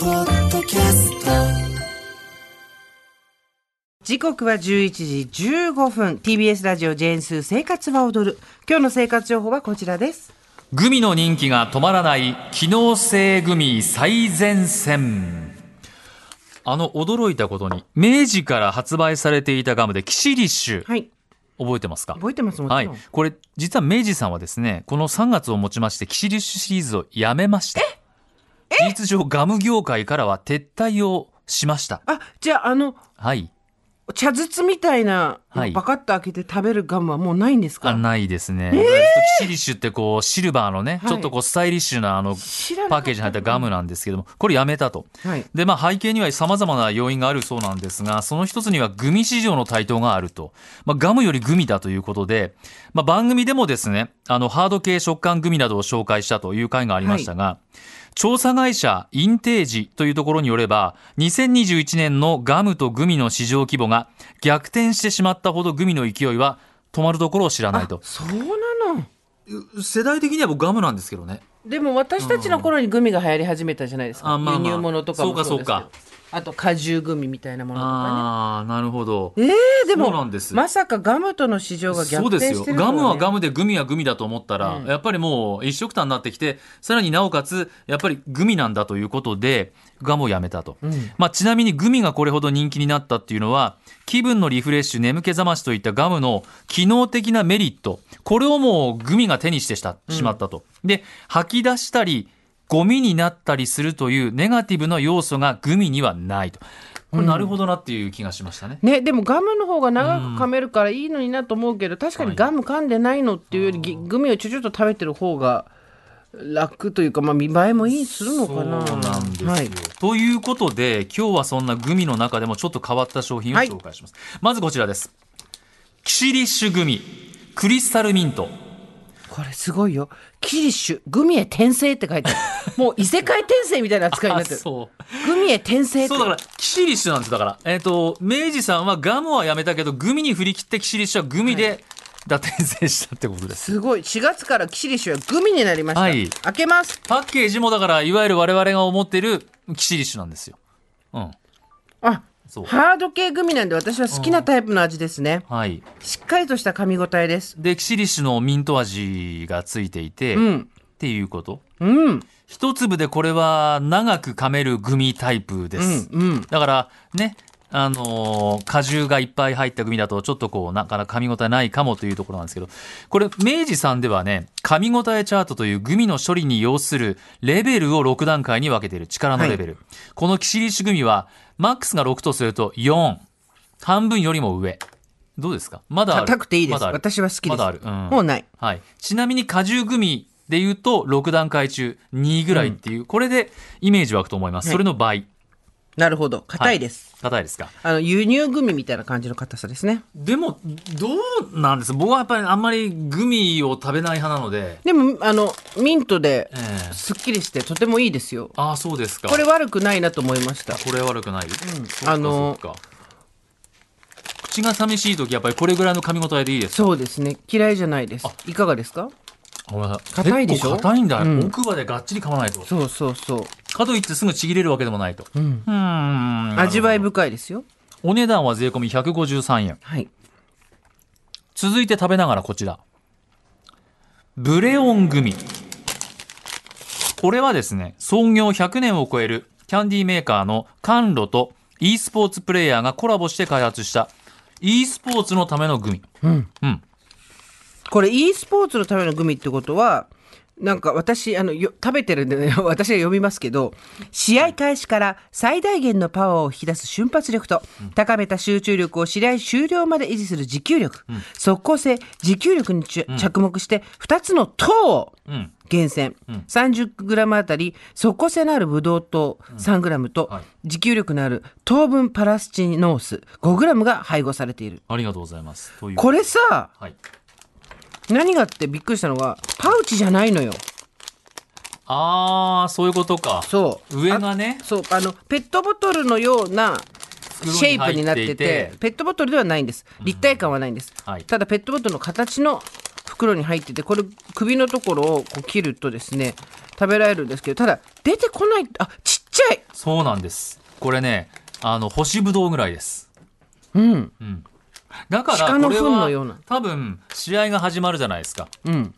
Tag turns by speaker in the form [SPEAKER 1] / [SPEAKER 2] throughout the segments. [SPEAKER 1] ポッドキャスト
[SPEAKER 2] 時刻は11時15分 TBS ラジオジェーンスー生活は踊る今日の生活情報はこちらです
[SPEAKER 3] グミの人気が止まらない機能性グミ最前線。あの、驚いたことに、明治から発売されていたガムでキシリッシュ、
[SPEAKER 2] はい
[SPEAKER 3] 覚えてますか
[SPEAKER 2] 覚えてますも
[SPEAKER 3] は
[SPEAKER 2] ち
[SPEAKER 3] い
[SPEAKER 2] ろん、。
[SPEAKER 3] これ、実は明治さんはですね、この3月をもちまして、キシリッシュシリーズをやめました。事実上、ガム業界からは撤退をしました。
[SPEAKER 2] あじゃああの
[SPEAKER 3] はい。
[SPEAKER 2] 茶筒みたいな、
[SPEAKER 3] はい
[SPEAKER 2] バカッと開けて食べるガムはもうないんです
[SPEAKER 3] あ
[SPEAKER 2] か
[SPEAKER 3] ないですね。キシリッシュってこう、シルバーのね、
[SPEAKER 2] はい
[SPEAKER 3] ちょっとこう、スタイリッシュなあの、
[SPEAKER 2] 知らなか
[SPEAKER 3] パ
[SPEAKER 2] った
[SPEAKER 3] ッケージに入ったガムなんですけども、これやめたと。
[SPEAKER 2] はい
[SPEAKER 3] で、まあ背景には様々な要因があるそうなんですが、その一つにはグミ市場の台頭があると。まあガムよりグミだということで、まあ番組でもですね、あのハード系食感グミなどを紹介したという回がありましたが、調査会社インテージというところによれば、2021年のガムとグミの市場規模が逆転してしまったほどグミの勢いは止まるところを知らないと。
[SPEAKER 2] そうなの
[SPEAKER 3] 世代的には僕ガムなんですけどね。
[SPEAKER 2] でも私たちの頃にグミが流行り始めたじゃないですか、
[SPEAKER 3] あまあまあ
[SPEAKER 2] 輸入物とかもそうですけど
[SPEAKER 3] そうか
[SPEAKER 2] あと果汁グミみたいなものとかね
[SPEAKER 3] ああ、なるほど。
[SPEAKER 2] えー、でも
[SPEAKER 3] そうなんです
[SPEAKER 2] まさかガムとの市場が逆
[SPEAKER 3] そうで
[SPEAKER 2] 転
[SPEAKER 3] す
[SPEAKER 2] し
[SPEAKER 3] よ
[SPEAKER 2] てると
[SPEAKER 3] ガムはガ
[SPEAKER 2] ム
[SPEAKER 3] ムでグミはグミだと思ったら、やっぱりもう一緒くたになってきてさらになおかつやっぱりグミなんだということでガムをやめたと、まあ、ちなみにグミがこれほど人気になったっていうのは気分のリフレッシュ眠気覚ましといったガムの機能的なメリットこれをもうグミが手にしてしたしまったと、で吐き出したりゴミになったりするというネガティブな要素がグミにはないとこれなるほどなっていう気がしましたね、
[SPEAKER 2] ね、でもガムの方が長く噛めるからいいのになと思うけど、確かにガム噛んでないのっていうよりぎグミをちょちょっと食べてる方が楽というか、まあ、見栄えもいいするのかな。
[SPEAKER 3] そうなんですよ、
[SPEAKER 2] はい、
[SPEAKER 3] ということで今日はそんなグミの中でもちょっと変わった商品を
[SPEAKER 2] はい
[SPEAKER 3] 紹介します、まずこちらですキシリッシュグミクリスタルミント
[SPEAKER 2] これすごいよキリッシュグミへ転生って書 いてあるもう異世界転生みたいな扱いになってる
[SPEAKER 3] そう
[SPEAKER 2] グミへ転生って
[SPEAKER 3] そうだからキシリッシュなんですだから、えっと明治さんはガムはやめたけどグミに振り切ってキシリッシュはグミで打転生したってことです
[SPEAKER 2] すごい4月からキシリッシュはグミになりました、
[SPEAKER 3] はい
[SPEAKER 2] 開けます
[SPEAKER 3] パッケージもだからいわゆる我々が思ってるキシリッシュなんですようん
[SPEAKER 2] あ
[SPEAKER 3] そう
[SPEAKER 2] ハード系グミなんで私は好きなタイプの味ですね、
[SPEAKER 3] はい
[SPEAKER 2] しっかりとした噛み応えです
[SPEAKER 3] でキシリッシュのミント味がついていて、
[SPEAKER 2] うん
[SPEAKER 3] っていうこと
[SPEAKER 2] うん
[SPEAKER 3] 一粒でこれは長く噛めるグミタイプで
[SPEAKER 2] う
[SPEAKER 3] す
[SPEAKER 2] ん。うん
[SPEAKER 3] だからね、あのー果汁がいっぱい入ったグミだとちょっとこうなかなか噛み応えないかもというところなんですけど、これ明治さんではね、噛み応えチャートというグミの処理に要するレベルを6段階に分けている力のレベル。このキシリッシュグミはマックスが6とすると4。半分よりも上。どうですかまだある
[SPEAKER 2] 硬くていいで、
[SPEAKER 3] ますだある
[SPEAKER 2] 私は好きです、
[SPEAKER 3] まだある。うん
[SPEAKER 2] もうない
[SPEAKER 3] はい、ちなみに果汁グミでいうと6段階中2位ぐらいっていう、これでイメージ湧くと思います、それの倍
[SPEAKER 2] なるほど硬いです、
[SPEAKER 3] 硬いですか
[SPEAKER 2] あの輸入グミみたいな感じの硬さですね
[SPEAKER 3] でもどうなんです僕はやっぱりあんまりグミを食べない派なので、
[SPEAKER 2] でもあのミントで
[SPEAKER 3] ええ
[SPEAKER 2] すっきりしてとてもいいですよ
[SPEAKER 3] ああそうですか
[SPEAKER 2] これ悪くないなと思いました
[SPEAKER 3] これ悪くない、
[SPEAKER 2] あの
[SPEAKER 3] そうかそうか口が寂しい時やっぱりこれぐらいの噛み応えでいいです
[SPEAKER 2] そうですね嫌いじゃないですいかがですか
[SPEAKER 3] ごめんなさ
[SPEAKER 2] 硬いでしょ
[SPEAKER 3] 結構硬いんだ、
[SPEAKER 2] うん
[SPEAKER 3] 奥歯でがっちり噛まないと
[SPEAKER 2] そうそうそう
[SPEAKER 3] かといってすぐちぎれるわけでもないとうんん
[SPEAKER 2] 味わい深いですよ
[SPEAKER 3] お値段は税込み153円
[SPEAKER 2] はい
[SPEAKER 3] 続いて食べながらこちら。ブレオングミ。これはですね、創業100年を超えるキャンディーメーカーの甘露と e スポーツプレイヤーがコラボして開発した e スポーツのためのグミ。うん。
[SPEAKER 2] これ e スポーツのためのグミってことはなんか私、あの、よ食べてるんでね、 私は読みますけど、試合開始から最大限のパワーを引き出す瞬発力と、高めた集中力を試合終了まで維持する持久力、速攻性、持久力にちゅ着目して、2つの糖を
[SPEAKER 3] ん
[SPEAKER 2] 厳選。30g あたり、速攻性のあるブドウ糖 3g と
[SPEAKER 3] はい、
[SPEAKER 2] 持久力のある糖分パラスチノース 5g が配合されている。
[SPEAKER 3] ありがとうございます。という
[SPEAKER 2] これさ、
[SPEAKER 3] はい、
[SPEAKER 2] 何があってびっくりしたのが、パウチじゃないのよ。
[SPEAKER 3] ああそういうことか。
[SPEAKER 2] そう。
[SPEAKER 3] 上がね
[SPEAKER 2] あそう、あの、ペットボトルのような
[SPEAKER 3] に
[SPEAKER 2] シェイプになってて、
[SPEAKER 3] 入っていて
[SPEAKER 2] ペットボトルではないんです。立体感はないんです。
[SPEAKER 3] はい
[SPEAKER 2] ただ、ペットボトルの形の袋に入ってて、これ、首のところをこう切るとですね、食べられるんですけど、ただ、出てこない、あ、ちっちゃい
[SPEAKER 3] そうなんです。これねあの干しぶどうぐらいです。
[SPEAKER 2] うん。
[SPEAKER 3] だから
[SPEAKER 2] 鹿の
[SPEAKER 3] これは
[SPEAKER 2] 糞のような
[SPEAKER 3] 多分試合が始まるじゃないですか。
[SPEAKER 2] うん。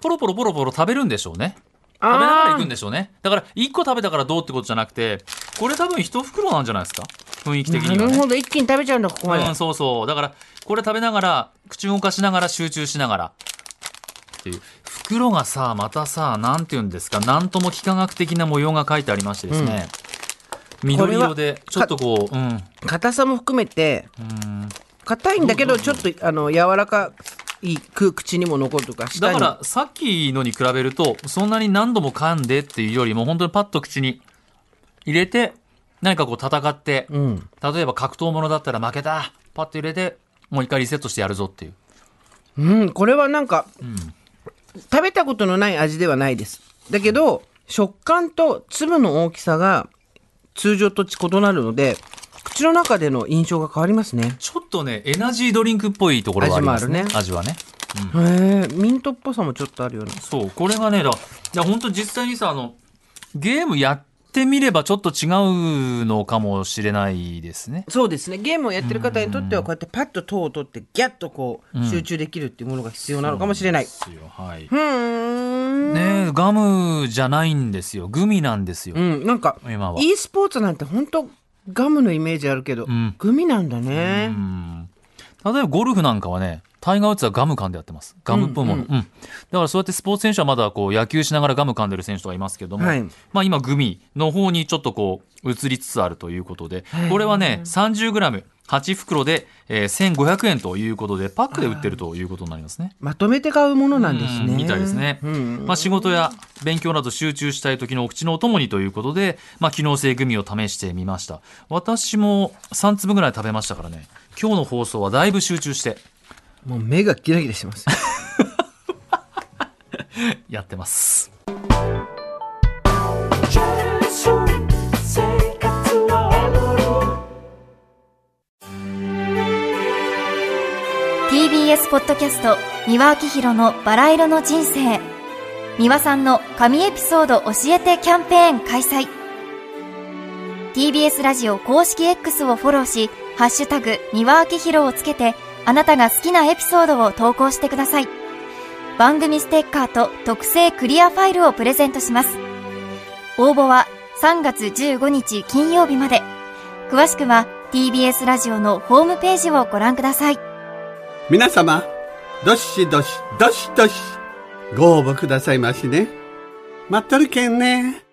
[SPEAKER 3] ポロポロポロポロ食べるんでしょうね。
[SPEAKER 2] あー
[SPEAKER 3] 食べながら行くんでしょうね。だから1個食べたからどうってことじゃなくてこれ多分一袋なんじゃないですか雰囲気的に
[SPEAKER 2] な
[SPEAKER 3] は
[SPEAKER 2] る
[SPEAKER 3] ね。
[SPEAKER 2] ほど、一気に食べちゃうんだ、ここまで。
[SPEAKER 3] うん、そうそう。だから、これ食べながら、口動かしながら、集中しながら。っていう。袋がさ、またさ、なんていうんですか、なんとも幾何学的な模様が書いてありましてですね。緑色で、ちょっとこう、うん。
[SPEAKER 2] 硬さも含めて、硬いんだけど、ちょっと、あの、柔らかいく口にも残るとか、舌
[SPEAKER 3] だ
[SPEAKER 2] に
[SPEAKER 3] か
[SPEAKER 2] も。
[SPEAKER 3] ら、さっきのに比べると、そんなに何度も噛んでっていうよりも、本当にパッと口に入れて、何かこう戦って、
[SPEAKER 2] うん。
[SPEAKER 3] 例えば格闘ものだったら負けた。パッと入れて、もう一回リセットしてやるぞっていう。
[SPEAKER 2] うん、これはなんか、食べたことのない味ではないです。だけど、食感と粒の大きさが通常と異なるので、口の中での印象が変わりますね。
[SPEAKER 3] ちょっとね、エナジードリンクっぽいところがありますね。
[SPEAKER 2] 味もあるね
[SPEAKER 3] 味はね。
[SPEAKER 2] へえ、ミントっぽさもちょっとあるような。
[SPEAKER 3] そう、これがね、だ、いや、本当実際にさ、あの、ゲームやってみればちょっと違うのかもしれないですね。
[SPEAKER 2] そうですね。ゲームをやってる方にとっては、こうやってパッと糖を取って、ギャッとこう、集中できるっていうものが必要なのかもしれない。
[SPEAKER 3] ですよ、はい。
[SPEAKER 2] うーん。
[SPEAKER 3] ねガムじゃないんですよ。グミなんですよ。
[SPEAKER 2] うん、なんか
[SPEAKER 3] 今、は
[SPEAKER 2] e スポーツなんて本当ガムのイメージあるけど、
[SPEAKER 3] ん
[SPEAKER 2] グミなんだね。
[SPEAKER 3] 例えばゴルフなんかはね、タイガー・ウッズはガム噛んでやってます。ガムっぽいもの。うんだからそうやってスポーツ選手はまだこう野球しながらガム噛んでる選手とかいますけども、
[SPEAKER 2] はい
[SPEAKER 3] まあ今グミの方にちょっとこう移りつつあるということで、これはね、30g、8袋で、えー1500円ということで、パックで売ってるということになりますね。
[SPEAKER 2] まとめて買うものなんです
[SPEAKER 3] うん
[SPEAKER 2] ね。
[SPEAKER 3] みたいですね、まあ、仕事や勉強など集中したい時のお口のお供にということで、まあ、機能性グミを試してみました私も3粒ぐらい食べましたからね今日の放送はだいぶ集中して
[SPEAKER 2] もう目がギラギラしてます。
[SPEAKER 3] やってます
[SPEAKER 1] ジェネレーション生活は踊る
[SPEAKER 4] TBS ポッドキャスト三輪明宏のバラ色の人生三輪さんの神エピソード教えてキャンペーン開催 TBS ラジオ公式 X をフォローし「ハッシュタグ三輪明宏」をつけてあなたが好きなエピソードを投稿してください番組ステッカーと特製クリアファイルをプレゼントします応募は3月15日金曜日まで詳しくは TBS ラジオのホームページをご覧ください
[SPEAKER 5] 皆様、どしどし、どしどし、ご応募くださいましね。待っとるけんね。